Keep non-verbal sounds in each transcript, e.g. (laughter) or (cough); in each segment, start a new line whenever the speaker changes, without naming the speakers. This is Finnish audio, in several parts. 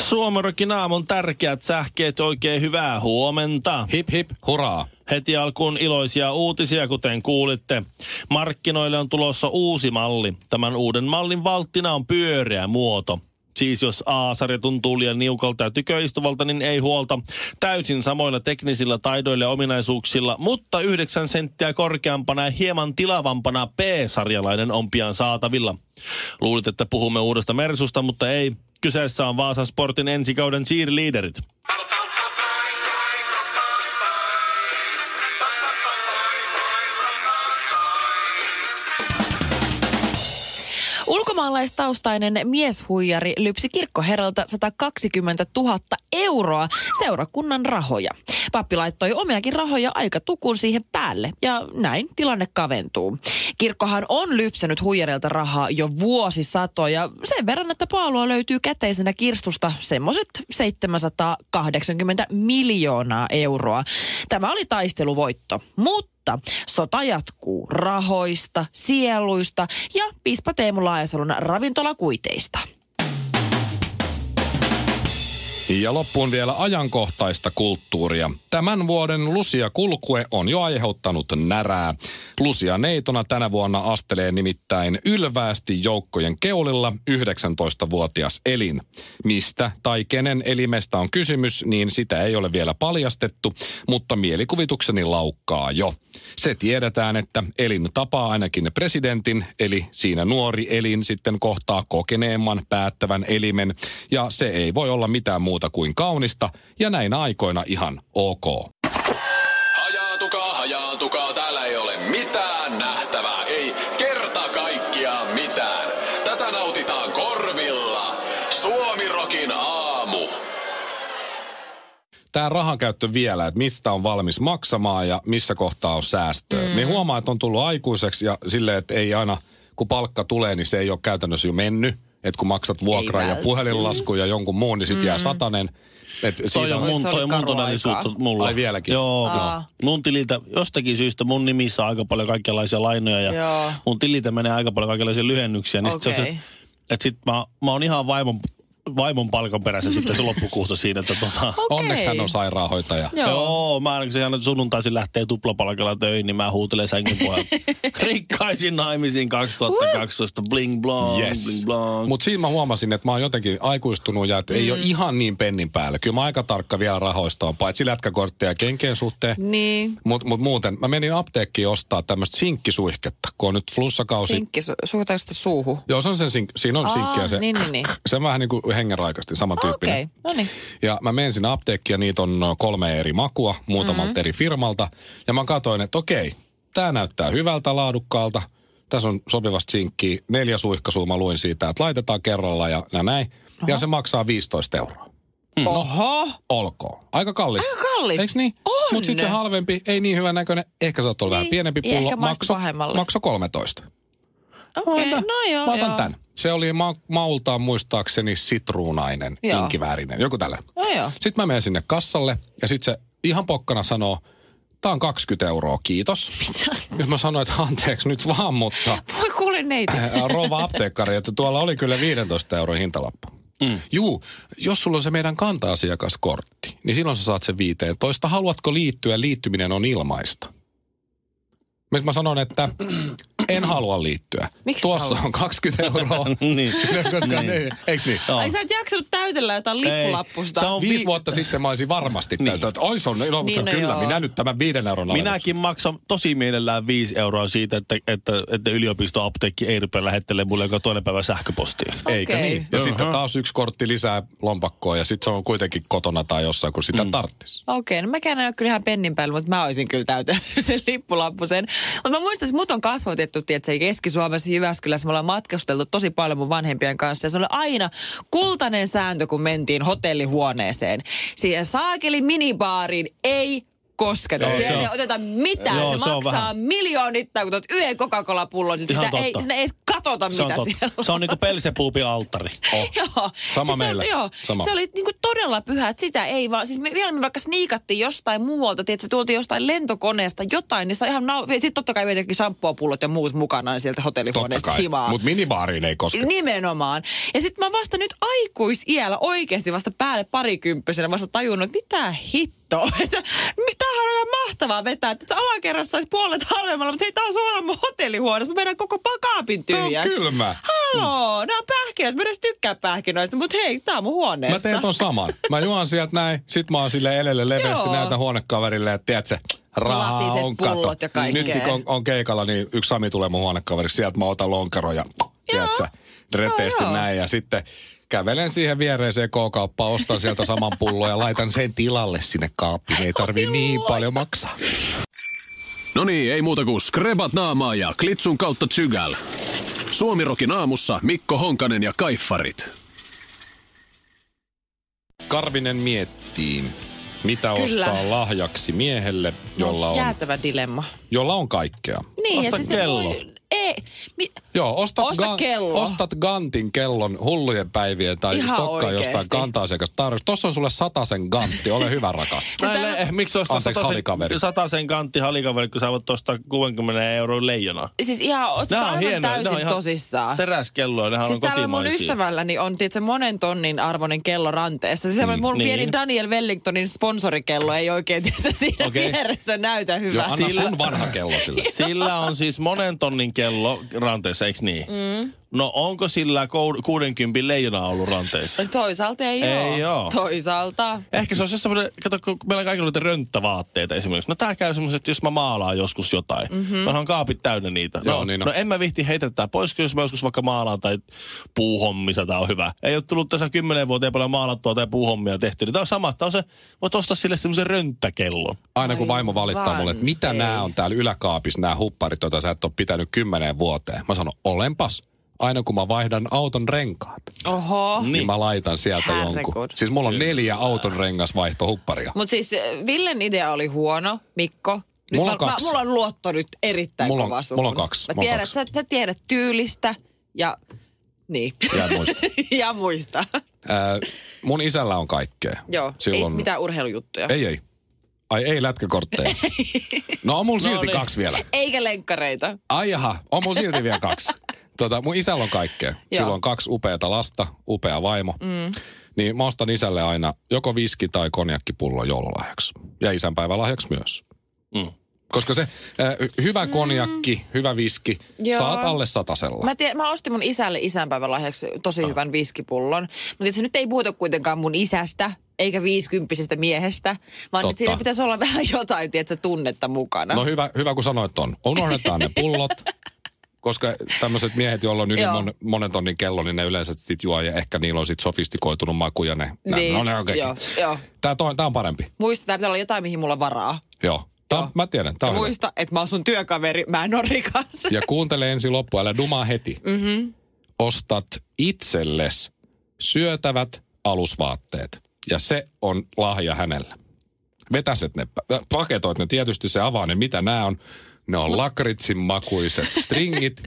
Suomerokin aamun tärkeät sähkeet, oikein hyvää huomenta.
Hip hip, hurraa.
Heti alkuun iloisia uutisia, kuten kuulitte. Markkinoille on tulossa uusi malli. Tämän uuden mallin valttina on pyöreä muoto. Siis jos A-sarja tuntuu liian niukalta ja tyköistuvalta, niin ei huolta. Täysin samoilla teknisillä taidoilla ja ominaisuuksilla, mutta 9 senttiä korkeampana ja hieman tilavampana B-sarjalainen on pian saatavilla. Luulit, että puhumme uudesta Mersusta, mutta ei. Kyseessä on Vaasan Sportin ensikauden cheerleaderit.
Ulkomaalaistaustainen mieshuijari lypsi kirkkoherralta 120 000 euroa seurakunnan rahoja. Pappi laittoi omiakin rahoja aika tukun siihen päälle ja näin tilanne kaventuu. Kirkkohan on lypsänyt huijarilta rahaa jo vuosisatoja sen verran, että paalua löytyy käteisenä kirstusta semmoiset 780 miljoonaa euroa. Tämä oli taisteluvoitto, mutta mutta sota jatkuu rahoista, sieluista ja piispa Teemu Laajasalon ravintolakuiteista.
Ja loppuun vielä ajankohtaista kulttuuria. Tämän vuoden Lusia Kulkue on jo aiheuttanut närää. Lusia neitona tänä vuonna astelee nimittäin ylväästi joukkojen keulilla 19-vuotias elin. Mistä tai kenen elimestä on kysymys, niin sitä ei ole vielä paljastettu, mutta mielikuvitukseni laukkaa jo. Se tiedetään, että elin tapaa ainakin presidentin, eli siinä nuori elin sitten kohtaa kokeneemman päättävän elimen, ja se ei voi olla mitään muuta kuin kaunista, ja näin aikoina ihan ok.
Hajaantukaa, hajaantukaa, täällä ei ole mitään nähtävää, ei kerta kaikkiaan mitään. Tätä nautitaan korvilla. Suomirokin aamu.
tämä rahankäyttö vielä, että mistä on valmis maksamaan ja missä kohtaa on säästöä. Mm. Me huomaa, että on tullut aikuiseksi ja silleen, että ei aina, kun palkka tulee, niin se ei ole käytännössä jo mennyt. Että kun maksat vuokran ja
välttämättä.
puhelinlasku ja jonkun muun, niin sit mm. jää satanen. Et
Toi
siinä
on mun,
on-
Voisi
toi on
olla
mun
karua
todellisuutta
aikaa.
mulla.
Ai vieläkin?
Joo.
Aa.
Mun tililtä, jostakin syystä mun nimissä on aika paljon kaikenlaisia lainoja ja
Joo.
mun tililtä menee aika paljon kaikenlaisia lyhennyksiä. Niin sit se on
Okei.
se, että sit mä, mä oon ihan vaimon, vaimon palkan perässä sitten se loppukuusta siinä, että
(laughs)
tota...
Okei.
Onneksi hän on sairaanhoitaja.
Joo.
Joo, mä ainakin aina sunnuntaisin lähtee tuplapalkalla töihin, niin mä huutelen sängyn puolella.
(laughs)
Rikkaisiin naimisiin 2012, bling blong, yes. bling blong.
Mutta siinä mä huomasin, että mä oon jotenkin aikuistunut ja että mm. ei ole ihan niin pennin päällä. Kyllä mä aika tarkka vielä rahoista on, paitsi lätkäkortteja kenkien suhteen.
Niin.
Mutta mut muuten, mä menin apteekkiin ostaa tämmöistä sinkkisuihketta, kun on nyt flussakausi.
Sinkki su- suhtaudusta suuhu.
Joo, se on sen sink, siinä on
Aa,
sinkkiä se.
niin, niin, niin.
Se on vähän niin kuin hengenraikasti, samantyyppinen.
Okei, okay. no niin.
Ja mä menin sinne apteekkiin ja niitä on no, kolme eri makua muutamalta mm-hmm. eri firmalta. Ja mä katsoin, että okei, tämä näyttää hyvältä, laadukkaalta. Tässä on sopivasti sinkkiä. Neljä suihkasua mä luin siitä, että laitetaan kerralla ja, ja näin. Oho. Ja se maksaa 15 euroa.
Hmm.
No,
Oho,
Olkoon. Aika kallis.
Aika kallis.
Eiks niin?
On.
Mutta sitten se halvempi, ei niin hyvän näköinen. Ehkä sä oot ollut vähän
Niin,
pienempi
ja
pullo.
ehkä maistu pahemmalle.
makso 13.
okei,
Mä otan-
no joo,
Mä otan
joo.
tämän. Se oli ma- maultaan muistaakseni sitruunainen,
Joo.
inkiväärinen, joku tällä.
No joo. (laughs)
Sitten mä menen sinne kassalle ja sitten se ihan pokkana sanoo, tää on 20 euroa, kiitos. Mitä? Nyt mä sanoin, että anteeksi nyt vaan, mutta
Voi kuule neiti.
ää, rouva apteekkari, että tuolla oli kyllä 15 euron hintalappu. Mm. Juu, jos sulla on se meidän kanta-asiakaskortti, niin silloin sä saat sen 15. Haluatko liittyä? Liittyminen on ilmaista. Mä- Mä sanon, että en halua liittyä.
Miksi
Tuossa
haluat?
on 20 euroa.
(laughs) niin.
Koska niin. (laughs) Ne, eikö niin?
Joo.
Ai sä et jaksanut täytellä jotain lippulappusta.
Se on
Viisi
vi-
vuotta sitten mä olisin varmasti niin. tältä, että oi se on ilo,
Niin,
niin,
no
kyllä,
joo.
minä nyt tämän viiden euron alennuksen.
Minäkin maksan tosi mielellään 5 euroa siitä, että, että, että yliopistoapteekki ei rupea lähettelee mulle joka toinen päivä sähköpostia.
Eikä
Okei.
niin. Ja
Jaha.
sitten taas yksi kortti lisää lompakkoa ja sitten se on kuitenkin kotona tai jossain, kun sitä mm. tarttis.
Okei, no (laughs) mäkään en ole kyllä ihan pennin päällä, mutta mä olisin kyllä täytellyt sen lippulappusen. Mutta mä muistan, että mut on kasvotettu matkustettu, tiedätkö, Keski-Suomessa Jyväskylässä me ollaan matkusteltu tosi paljon mun vanhempien kanssa. Ja se oli aina kultainen sääntö, kun mentiin hotellihuoneeseen. Siihen saakeli minibaariin ei kosketa.
Joo,
Joo,
se
Siellä ei
on-
oteta mitään.
Joo,
Joo, se,
se on
maksaa
vähän-
miljoonittain, kun otat yhden Coca-Cola-pullon. niin
Ihan
Sitä ei,
totta.
sinne ei edes katsota,
Se on,
mitä siellä
totta.
on. Siis
se on niinku Pelsepuupin alttari.
Oh.
(laughs) Joo.
Sama
siis
meillä.
On, joo.
Sama.
Se oli niinku todella pyhä, että sitä ei vaan. Siis me, vielä me vaikka sniikattiin jostain muualta, tiedätkö, tuoltiin jostain lentokoneesta jotain, niin se on ihan nau... Sitten totta kai vietettiin samppuapullot ja muut mukanaan sieltä
Totta
hotellihuoneesta
kai,
himaa.
mutta minibaariin ei koske.
Nimenomaan. Ja sitten mä vasta nyt aikuisiällä oikeasti vasta päälle parikymppisenä vasta tajunnut, että mitä hittoa. (laughs) Että mi- Tämähän on ihan mahtavaa vetää, että se alakerrassa saisi puolet halvemmalla, mutta hei, tää on suoraan mun hotellihuoneessa. Mä menen koko pakaapin
Tää on
tyhjäksi.
kylmä.
Haloo, mm. nämä on pähkinät. Mä en edes tykkää pähkinöistä, mutta hei, tää on mun huoneesta.
Mä teen ton saman. Mä juon sieltä näin, sit mä oon sille elelle leveästi
Joo.
näytän huonekaverille, että tiedät se, rahaa
Lasiset
on kato.
pullot ja kaikkea.
Nyt kun on, on, keikalla, niin yksi Sami tulee mun huonekaveriksi, sieltä mä otan lonkeroja, tiedät sä, repeästi
Joo, joo.
näin ja sitten kävelen siihen viereiseen K-kauppaan, ostan sieltä saman pullon ja laitan sen tilalle sinne kaappiin. Ei tarvii niin paljon maksaa.
No niin, ei muuta kuin skrebat naamaa ja klitsun kautta tsygäl. Suomirokin aamussa Mikko Honkanen ja Kaiffarit.
Karvinen miettii, mitä
Kyllä. No,
ostaa lahjaksi miehelle, jolla on,
Jäätävä dilemma.
jolla on kaikkea.
Niin,
Osta
ja siis se
kello.
Voi... Ei, mi...
Joo, ostat,
Osta kello.
ostat Gantin kellon hullujen päivien tai
Ihan
stokkaa
oikeesti.
jostain kanta-asiakas tarjous. Tossa on sulle sataisen Gantti, ole
(laughs)
hyvä rakas.
Siis
Näille,
tää-
eh, miksi ostaa
Anteeksi,
satasen,
halikaveri.
satasen kantti halikaveri, kun sä voit ostaa 60 euroa leijonaa?
siis ihan, oot
Nää
sä aivan
hienoja,
täysin
nää on ihan
tosissaan.
Teräskelloja, nehän
Siis
on
täällä mun
kotimaisia.
ystävälläni on tietysti monen tonnin arvoinen kello ranteessa. Siis mm,
niin.
mun niin. pieni Daniel Wellingtonin sponsorikello ei oikein tietysti siinä
Okei.
okay. vieressä näytä
Joo,
hyvältä.
anna
Sillä-
sun vanha kello sille.
Sillä on siis monen tonnin kello ranteessa, eikö niin? Mm. No onko sillä kou- 60 leijona ollut ranteessa?
Toisaalta ei,
Ei oo.
oo. Toisaalta.
Ehkä se on se semmoinen, kato, kun meillä kaikilla on niitä rönttävaatteita esimerkiksi. No tää käy semmoiset, että jos mä maalaan joskus jotain. Mm-hmm. Mä on kaapit täynnä niitä.
Joo,
no,
niin on.
no, en mä vihti heitä tää pois, kun jos mä joskus vaikka maalaan tai puuhommissa tää on hyvä. Ei ole tullut tässä kymmenen vuoteen paljon maalattua tai puuhommia tehty. Niin tää on sama, tää on se, voit ostaa sille semmoisen rönttäkellon.
Aina kun vaimo
Aivan,
valittaa mulle, että mitä
ei.
nämä on täällä yläkaapissa, nämä hupparit, joita sä et ole pitänyt kymmeneen vuoteen. Mä sanon, olenpas. Aina kun mä vaihdan auton renkaat, niin,
Oho.
niin mä laitan sieltä
Herregud.
jonkun. Siis mulla on neljä auton rengasvaihtohupparia.
Mutta siis eh, Villen idea oli huono, Mikko. Nyt
Mulla on
mä, mä,
kaksi.
mulla on luotto nyt erittäin
Mulla on-
kova suhun.
mulla on kaksi,
Mä
mulla on
tiedän,
kaksi.
Sä, sä tiedät tyylistä ja... Niin.
Jää muista.
(laughs) ja muista.
Ää, Äh, mun isällä on kaikkea.
Joo. Silloin... Ei sit mitään urheilujuttuja.
Ei, ei. Ai ei lätkäkortteja. No on mulla silti
niin.
kaksi vielä.
Eikä lenkkareita.
Ai jaha, on mun silti vielä kaksi. Tota, mun isällä on kaikkea. Sillä on kaksi upeata lasta, upea vaimo. Mm. Niin mä ostan isälle aina joko viski tai konjakkipullo joululahjaksi. Ja isänpäivälahjaksi myös.
Mm.
Koska se äh, hyvä konjakki, hyvä viski, Joo.
Joo.
saat alle satasella.
Mä, tiedän, mä ostin mun isälle isänpäivän lahjaksi tosi ah. hyvän viskipullon. Mutta se nyt ei puhuta kuitenkaan mun isästä eikä viisikymppisestä miehestä, vaan
Totta.
Totta. siinä pitäisi olla (laughs) vähän jotain, tiedätkö, tunnetta mukana.
No hyvä, hyvä kun sanoit on. Unohdetaan ne
(laughs)
pullot. Koska tämmöiset miehet, joilla on yli
Joo.
mon, monen tonnin kello, niin ne yleensä sit juo ja ehkä niillä on sit sofistikoitunut maku ja ne. Niin.
Niin,
No ne on kaikki.
joo, joo.
Tää, toi, tää on parempi.
Muistetaan, pitää olla jotain, mihin mulla on varaa.
Joo. Tää, on- Mä tiedän, tää
Ja
on hyvä.
muista, että mä oon sun työkaveri, mä en ole rikas.
Ja kuuntele ensin loppua, älä dumaa heti. Mm-hmm. Ostat itselles syötävät alusvaatteet. Ja se on lahja hänellä. Vetäset ne, pa- paketoit ne tietysti, se avaa ne, mitä nämä on. Ne on lakritsin makuiset stringit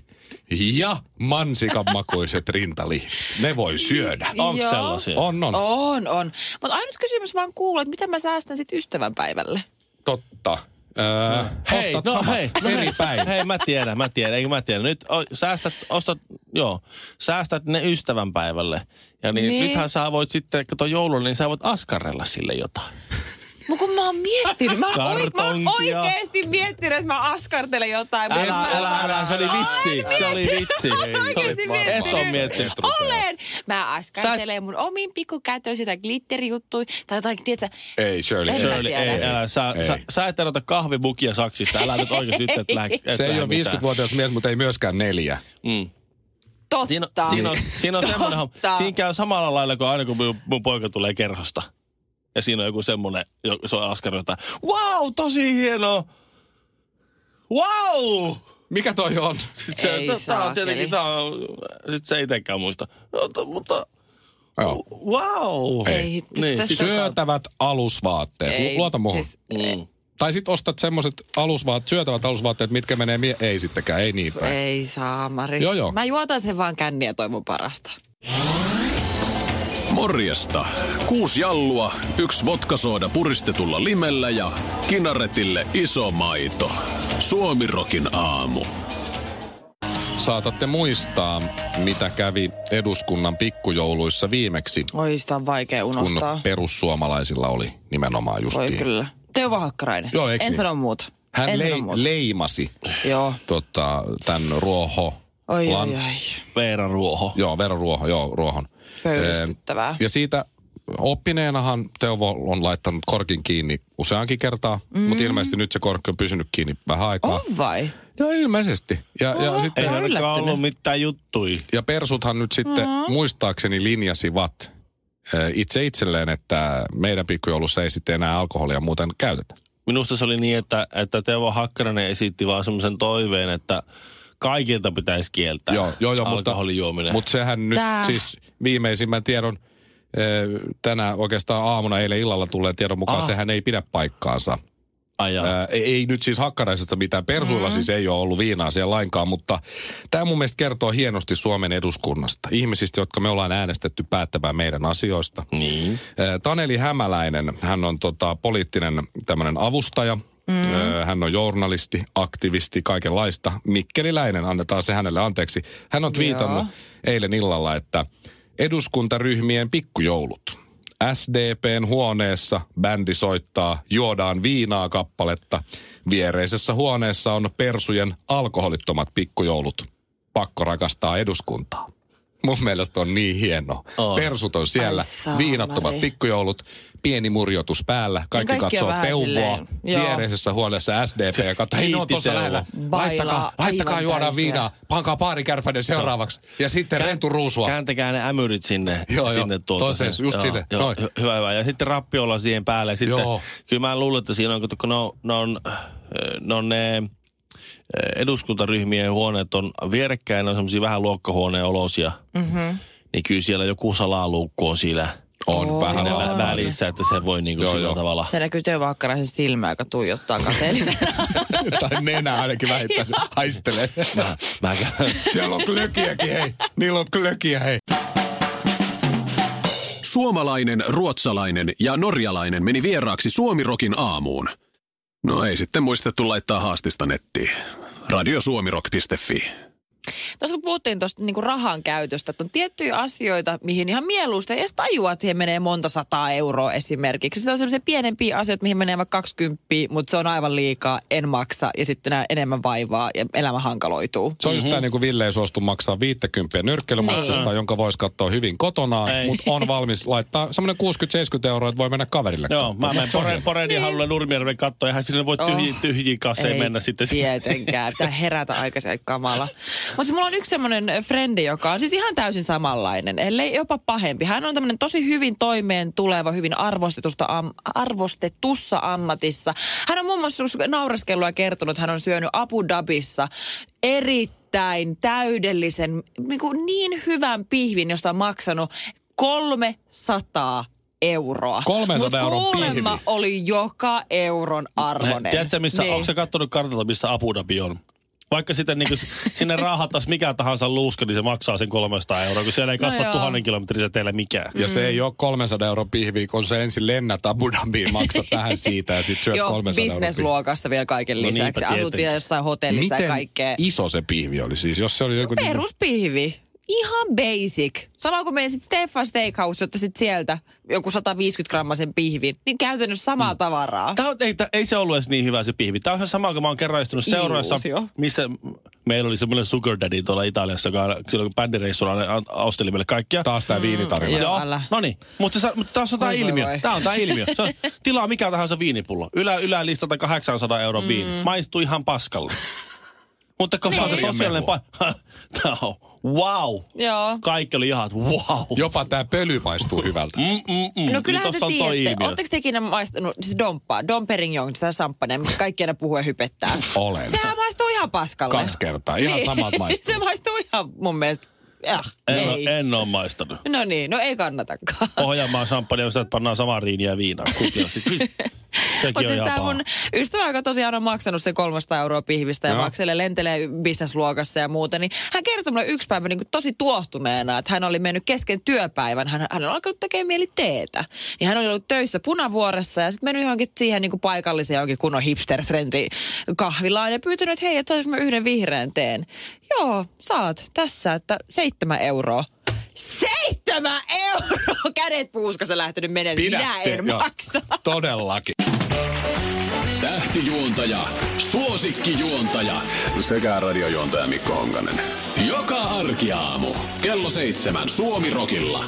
ja mansikan makuiset rintaliivit. Ne voi syödä.
Onko
Joo.
sellaisia?
On,
(laughs)
on.
On, on. Mutta ainut kysymys vaan kuuluu, että mitä mä säästän sitten ystävänpäivälle?
Totta. Öö,
Hei,
ostat
no
samat
hei, no
eri
hei,
päin.
Hei, mä tiedän, mä tiedän, eikö mä tiedän. Nyt o, säästät, ostat, joo, säästät ne ystävänpäivälle. Ja niin, niin.
Niin.
nythän sä voit sitten, kun on joulun, niin sä voit askarella sille jotain.
Mut kun mä oon miettinyt, mä oon, oi, mä oon
Kartonkia.
oikeesti miettinyt, että mä askartelen jotain.
Älä,
mutta mä-
älä, älä, älä, se oli vitsi, se oli vitsi. Se oli-
Oikeesti miettinyt.
Et on miettinyt.
Et rupea.
Olen! Mä askartelen mun omiin pikkukätöön sitä glitterjuttuja tai jotain, tiedätkö,
Ei, Shirley.
En mä
Shirley,
tiedä.
ei, älä, sä,
Ei.
sä, sä et erota kahvibukia saksista, älä nyt oikeasti nyt, et lähde. et
Se ei
lähde
ole
mitään.
50-vuotias mies, mutta ei myöskään neljä.
Mm.
totta.
Siinä, on- siinä on, siinä on semmoinen homma.
Totta.
Siinä käy samalla lailla kuin aina, kun mun, mun poika tulee kerhosta. Ja siinä on joku semmoinen, jo- se on askari, jota, wow, tosi hieno! Wow!
Mikä toi on?
Sitten
Ei
se, tämä
saakeli.
on tietenkin, tämä on, sit se ei itsekään muista. Mutta, mutta
Joo.
wow.
Ei.
Ei,
Niin,
niin,
siis
Syötävät alusvaatteet. Lu- Luota muuhun. Siis...
Mm.
Tai sit ostat semmoset alusvaat, syötävät alusvaatteet, mitkä menee mie... Ei sittenkään, ei
Mm.
niin päin.
Ei saa, Mari.
Joo, joo.
Mä juotan sen vaan känniä toivon parasta.
Morjesta. Kuusi jallua, yksi vodkasooda puristetulla limellä ja kinaretille iso maito. Suomirokin aamu.
Saatatte muistaa, mitä kävi eduskunnan pikkujouluissa viimeksi,
Oi, sitä on vaikea
kun
unohtaa.
perussuomalaisilla oli nimenomaan
Oi
justiin.
kyllä. Teuvo Hakkarainen.
Joo, eiks
en
niin?
sano muuta.
Hän
en
lei,
sano muuta.
leimasi
Joo.
tota, tämän ruoho.
Oi,
lan-
oi, oi.
Veera Ruoho.
Joo, veroruoho, joo, ruohon.
Pöyristyttävää.
Ee, Ja siitä oppineenahan Teuvo on laittanut korkin kiinni useankin kertaa, mm. mutta ilmeisesti nyt se korkki on pysynyt kiinni vähän aikaa.
On vai?
Joo, ilmeisesti. Ja, ja,
Oh. Oho.
sitten,
Ei
Mä oon
ainakaan
yllättynyt.
ollut mitään juttui.
ja persuthan nyt sitten mm. muistaakseni linjasivat ö, itse itselleen, että meidän pikkujoulussa ei sitten enää alkoholia muuten käytetä.
Minusta se oli niin, että, että Teuvo Hakkarainen esitti vaan semmoisen toiveen, että kaikilta pitäisi kieltää
Joo, joo, joo, mutta,
alkoholijuominen.
mutta sehän nyt
Tää.
siis viimeisimmän tiedon ö, tänä oikeastaan aamuna, eilen illalla tulee tiedon mukaan,
Ah.
sehän ei pidä paikkaansa.
Ai jaa.
Ää, ei, ei nyt siis hakkaraisesta mitään. Persuilla mm. siis ei ole ollut viinaa siellä lainkaan, mutta tämä mun mielestä kertoo hienosti Suomen eduskunnasta. Ihmisistä, jotka me ollaan äänestetty päättämään meidän asioista.
Niin.
Ää, Taneli Hämäläinen, hän on tota, poliittinen tämmöinen avustaja. Mm. Hän on journalisti, aktivisti, kaikenlaista. Mikkeliläinen, annetaan se hänelle anteeksi. Hän on twiitannut eilen illalla, että eduskuntaryhmien pikkujoulut. SDPn huoneessa bändi soittaa, juodaan viinaa kappaletta. Viereisessä huoneessa on persujen alkoholittomat pikkujoulut. Pakko rakastaa eduskuntaa. Mun mielestä on niin hieno.
On.
Persut on siellä,
Ai saamari.
viinattomat pikkujoulut, pieni murjotus päällä. Kaikki,
Niin kaikki on
katsoo
vähän
teuvoa.
silleen, joo.
Viereisessä huoneessa SDP ja katsoo, hei ne on
Kiitti
tuossa
Teuvo.
lähellä.
Bailaa
Laittakaa,
aivan
laittakaa juodaan
täysiä.
viinaa, pankaa paarikärpäinen seuraavaksi. Ja sitten rentu ruusua.
Kääntäkää ne ämyrit sinne,
Joo, joo.
sinne tuolta.
Toiseen,
Sen-
just sinne.
Joo,
Noin.
hy- hyvä, hyvä. Ja sitten rappiolla siihen päälle. Sitten,
Joo.
Kyllä mä luulen, että siinä on, kun ne on, ne on, äh, ne on ne äh, eduskuntaryhmien huoneet on vierekkäin, ne on semmoisia vähän luokkahuoneen olosia. Mm-hmm. Niin kyllä siellä joku salaluukku on siellä,
On
Oo.
vähän
siinä
Joo.
vä- välissä, että se voi niinku
Joo,
sillä
joo.
tavalla.
Se näkyy Teuvo Hakkaraisen silmää, joka tuijottaa (laughs) kateellisena.
(laughs) tai nenä ainakin vähittäin haistelee.
(coughs) Mä käyn-
Siellä on klökiäkin, hei. Niillä on klökiä, hei.
Suomalainen, ruotsalainen ja norjalainen meni vieraaksi Suomirokin aamuun. No ei sitten muistettu laittaa haastista nettiin. Radiosuomirok.fi.
Tuossa kun puhuttiin tuosta niinku rahan käytöstä, että on tiettyjä asioita, mihin ihan mieluusti ei edes tajua, että siihen menee monta sataa euroa esimerkiksi. Sitä on sellaisia pienempiä asioita, mihin menee vaikka 20, mutta se on aivan liikaa, en maksa ja sitten nää enemmän vaivaa ja elämä hankaloituu.
Se on
Mhm.
just tää niin kuin Ville ei suostu maksaa 50 nyrkkeilymatsasta, jonka voisi katsoa hyvin kotonaan,
Niin. Ei.
mutta on valmis laittaa semmoinen 60-70 euroa, että voi mennä kaverille.
Joo, mä menen Poren, Poren ja haluan Nurmijärven katsoa. Eihän sinne voi tyhjiin,
Niin. Oh.
tyhjiin kasseja mennä sitten.
Tietenkään, pitää herätä aikaisemmin kamala. Mutta mulla on yksi semmoinen frendi, joka on siis ihan täysin samanlainen, ellei jopa pahempi. Hän on tämmöinen tosi hyvin toimeen tuleva, hyvin arvostetusta am, arvostetussa ammatissa. Hän on muun muassa naureskellut ja kertonut, että hän on syönyt Abu Dhabissa erittäin täydellisen, niin, kuin niin hyvän pihvin, josta on maksanut 300 euroa.
300
Mut
euron
kuulemma
pihvi.
oli joka euron arvoinen.
Tiedätkö, missä, niin. onko se kattonut kartalta, missä Abu Dhabi on? Vaikka sitten niin sinne raahattaisiin mikä tahansa luuska, niin se maksaa sen 300 euroa, kun siellä ei
No
kasva
joo.
tuhannen kilometrin säteellä mikään.
Ja se ei ole 300 euro pihvi, kun se ensin lennät Abu Dhabiin, maksa tähän siitä ja sitten syöt
Joo,
300 euron pihvi.
bisnesluokassa vielä kaiken
No
lisäksi.
niinpä
Asut
tietenkin.
vielä jossain hotellissa ja
Miten
kaikkea.
iso se pihvi oli siis? Jos se oli joku... niinku-
Peruspihvi. Ihan basic. Sama kuin meidän sitten Stefan Steakhouse otti sit sieltä joku 150 grammasen pihvin, niin käytännössä samaa
Mm.
tavaraa.
Tämä on, ei, tää- ei, se ollut edes niin hyvä se pihvi. Tämä on se sama, kun mä oon kerran istunut seuraessa,
Illuusio.
missä meillä oli semmoinen sugar daddy tuolla Italiassa, joka silloin kun bändireissulla ne an- osteli meille kaikkia.
Taas tämä viinitarina.
Mm, Joo,
Joo,
älä.
no niin. Mutta mut tässä on tämä
Voi, voi, voi.
ilmiö. Tämä on tämä ilmiö. Se on, tilaa mikä tahansa viinipullo. Ylä, ylälistalta 800 euron
Mm.
viini. Maistuu ihan paskalle. Mutta kun se on se
Niin.
Marjan
sosiaalinen
mehua.
pa... (laughs) Tämä on wow.
Mm,
Joo.
Kaikki oli ihan, että wow.
Jopa tämä pöly maistuu hyvältä.
Mm, mm, mm.
niin
No kyllähän te
tossa on toi
tiedätte,
ilmiö.
ootteko te ikinä maistanut, siis domppaa, Dom Perignon, sitä samppanea, mistä kaikki aina puhuu ja hypettää.
Olen.
Sehän maistuu ihan paskalle. Niin.
Kaksi kertaa. Ihan
(laughs)
samat maistuu.
Se maistuu ihan mun mielestä, äh,
En,
ei.
oo- en ole maistanut.
No niin, no ei kannatakaan.
Pohjanmaan champagne, josta pannaan samaa riiniä ja viinaa. Kukin on sit- Sekin on
Mutta
ihan
tämä
paha.
siis mun ystävä, joka tosiaan on maksanut sen 300 euroa pihvistä ja
Joo.
makselee lentelee bisnesluokassa ja muuta, niin hän kertoi mulle yksi päivä niin kuin tosi tuohtuneena, että hän oli mennyt kesken työpäivän, hän, hän on alkanut tekemään mieli teetä. Ja hän oli ollut töissä punavuoressa ja sitten mennyt johonkin siihen niin kuin paikalliseen johonkin kunnon hipster kahvilaan ja pyytänyt, että hei, että saisinko mä yhden vihreän teen. Joo, saat tässä, että seitsemän euroa. Seitsemän euroa! (laughs) Kädet puuskassa lähtenyt menemään. Minä en
joo.
maksa. (laughs)
Todellakin.
Tähtijuontaja, suosikkijuontaja sekä radiojuontaja Mikko Honkanen. Joka arkiaamu kello seitsemän Suomirokilla.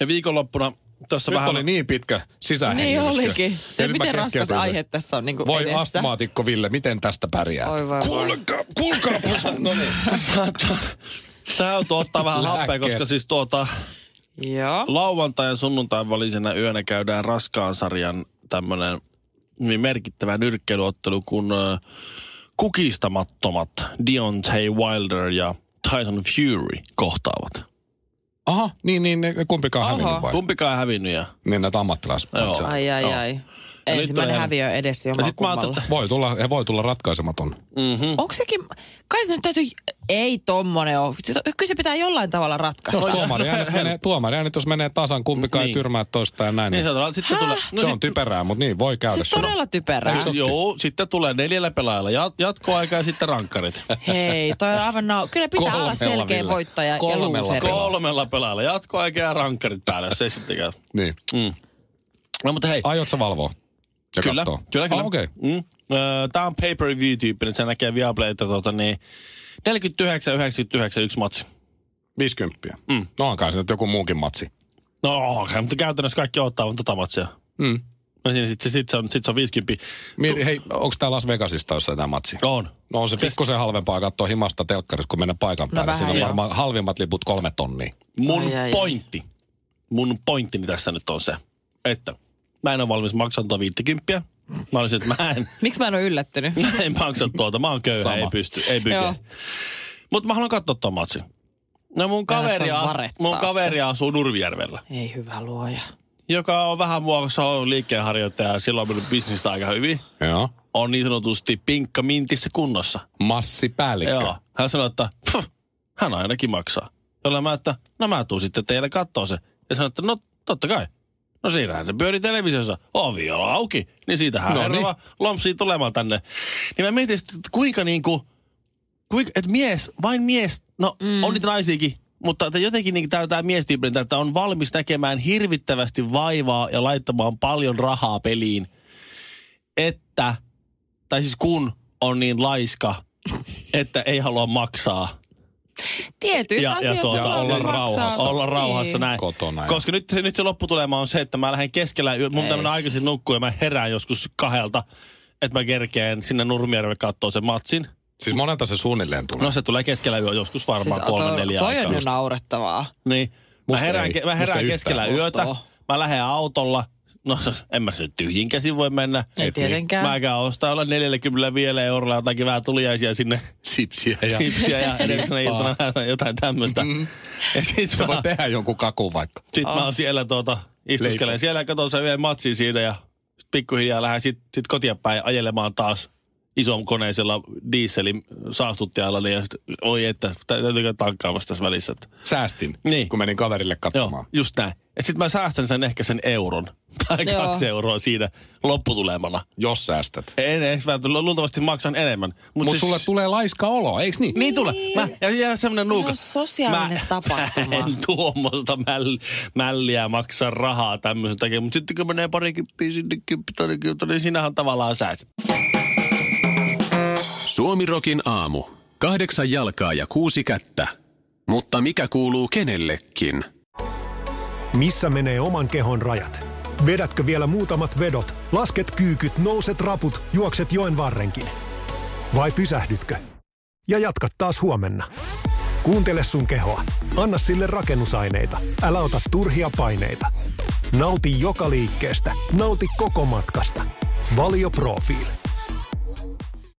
Ja viikonloppuna tuossa
Nyt
vähän...
oli niin pitkä
Niin
sisähengitys.
olikin. Se, miten raskas aihe tässä on niin kuin
Voi
edessä.
astmaatikko Ville, miten tästä pärjää?
Oi, voi, voi.
Kuulkaa, kuulkaa. no niin.
Tää joutuu ottaa vähän happea,
Lääkkeet.
koska siis tuota,
Joo.
lauantai ja sunnuntain välisenä yönä käydään raskaan sarjan tämmönen hyvin merkittävä nyrkkeilyottelu, kun ö, kukistamattomat Deontay Wilder ja Tyson Fury kohtaavat.
Aha, niin, niin, ne kumpikaan
Oho.
hävinnyt vai?
Kumpikaan ei hävinnyt ja...
Niin näitä ammattilaismatseja.
Joo.
Ai, ai,
Joo.
ai.
Ja nyt tulee
Ensimmäinen
ihan-
häviö edessä
Ja sit mä
jommakummalla.
ajattelin,
Voi tulla, he voi tulla ratkaisematon.
Mm-hmm.
Onko sekin, kai se nyt täytyy, ei tommonen ole. Siis Kyllä se pitää jollain tavalla
Jos
ratkaista. siis
tuomari äänet,
(laughs)
menee, tuomari äänet, jos menee tasan, kumpikaan ei
Niin.
tyrmää toista ja näin.
Niin
Niin.
sanotaan, sitten tulee... no
Se
sit-
on typerää, mutta niin, voi käydä.
Siis
se.
todella typerää.
Siis, joo, sitten tulee neljällä pelaajalla jat- jatkoaika ja sitten
(laughs)
rankkarit.
Hei, toi on aivan nao. Kyllä pitää olla
Kolmella,
selkeä
Ville.
voittaja
Kolmella.
ja luuseri.
Pelaa.
Kolmella pelaajalla jatkoaika ja rankkarit päällä, jos ei sitten käy.
Niin.
Mm. No mutta hei,
Aiot sä valvoa? Ja
kyllä,
kattoo?
kyllä, kyllä.
Ah, okei.
mm. Tämä on pay-per-view-tyyppinen, se näkee Viaplayta tota, niin 49-99 yksi matsi.
50.
Mm.
No onkaan se nyt joku muukin matsi.
No, okay, mutta käytännössä kaikki ottaa vaan tota matsia.
Mm.
No siinä sitten sit se, on, sit se on 50.
Mieti, hei, onko tää Las Vegasista jossain tämä matsi?
On.
No on se pikkusen halvempaa katsoa himasta telkkarissa, kun mennä paikan päälle.
No vähän
Siinä on
joo.
varmaan halvimmat liput kolme tonnia.
Mun
Ai, ai, ai.
pointti, mun pointtini tässä nyt on se, että mä en ole valmis maksamaan tuota 50. Mä olisin, että mä en,
Miksi mä en ole yllättynyt?
Mä en maksa tuota, mä oon köyhä,
Sama.
ei pysty, ei pykene.
Joo.
Mutta mä haluan katsoa tuon matsin. No mun
Älä
kaveri,
saa
asu,
varettaa
mun kaveri asuu Nurmijärvellä,
Ei hyvä luoja.
joka on vähän muodossa ollut liikkeenharjoittaja ja silloin on mennyt bisnistä aika hyvin.
Joo.
On niin sanotusti pinkka mintissä kunnossa.
Massipäällikkö.
Joo. Hän sanoi, että "Puh, hän ainakin maksaa. Jolla mä, että no mä tuun sitten teille kattoo se. Ja sanoi, että no totta kai. No siinähän se pyöri televisiossa. Ovi on auki. Niin siitähän
No
no niin. lompsii tulemaan tänne. Niin mä mietin sitten, että kuinka niinku, kuinka, että mies, vain mies, no mm. on niitä naisiakin, mutta että jotenkin niin tämä miestyyppinen, että on valmis näkemään hirvittävästi vaivaa ja laittamaan paljon rahaa peliin, että, tai siis kun on niin laiska, että ei halua maksaa,
Tietyistä
Ja- ja
asioista
tuota,
täytyy
olla
maksaa.
rauhassa.
olla rauhassa näin.
Kotona.
Koska nyt, se- nyt se lopputulema on se, että mä lähden keskellä, yö- mun
Ei.
tämmöinen aikaisin nukkuu ja mä herään joskus kahdelta, että mä kerkeen sinne Nurmijärven kattoo sen matsin.
Siis monelta se suunnilleen tulee.
No se tulee keskellä yö joskus varmaan siis, kolme,
toi-
neljä
Toi on
aikaa.
jo naurettavaa.
Niin. Mä
Musta
herään,
ei.
ke- mä
Musta
herään
ei
keskellä
yhtään.
yötä.
Musta
Mä lähden autolla. No en mä se nyt tyhjin käsin voi mennä.
Ei tietenkään.
niin, Mä käyn ostaa olla 45 eurolla jotakin vähän tuliaisia
(laughs)
sinne
Sipsiä ja...
kipsiä ja edellisenä iltana vähän (laughs) jotain tämmöistä.
Mm-hmm.
Ja sit
Sä
mä,
voit tehdä jonkun kakun vaikka.
sit mä oon siellä tuota, istuskelen
Leipä.
siellä ja katon sen yhden matsin siinä ja sit pikkuhiljaa lähden sit, sit kotia päin ajelemaan taas ison koneisella dieselin saastuttajalla. Niin ja sit, oi että, tä- täytyykö tankkaa vasta tässä välissä. Että.
Säästin,
Niin.
kun menin kaverille
Joo,
katsomaan.
just näin. Ja sit mä säästän sen ehkä sen euron (laughs) tai
Joo.
kaksi euroa siinä lopputulemana.
Jos säästät.
En edes välttämättä, luultavasti maksan enemmän. Mut
Mutta siis... sulle tulee laiska olo, eiks niin?
Niin tulee. Mä, ja jää semmonen nuukas.
sosiaalinen tapahtuma.
Mä (laughs) en tuommoista mäll, mälliä maksa rahaa tämmöisen takia. Mutta sitten kun menee pari kymppiä sinne kymppi, tonne kymppi, niin sinähän tavallaan säästät.
Suomirokin aamu. Kahdeksan jalkaa ja kuusi kättä. Mutta mikä kuuluu kenellekin?
Missä menee oman kehon rajat? Vedätkö vielä muutamat vedot? Lasket kyykyt, nouset raput, juokset joen varrenkin. Vai pysähdytkö? Ja jatka taas huomenna. Kuuntele sun kehoa. Anna sille rakennusaineita. Älä ota turhia paineita. Nauti joka liikkeestä. Nauti koko matkasta. Valio Profiili.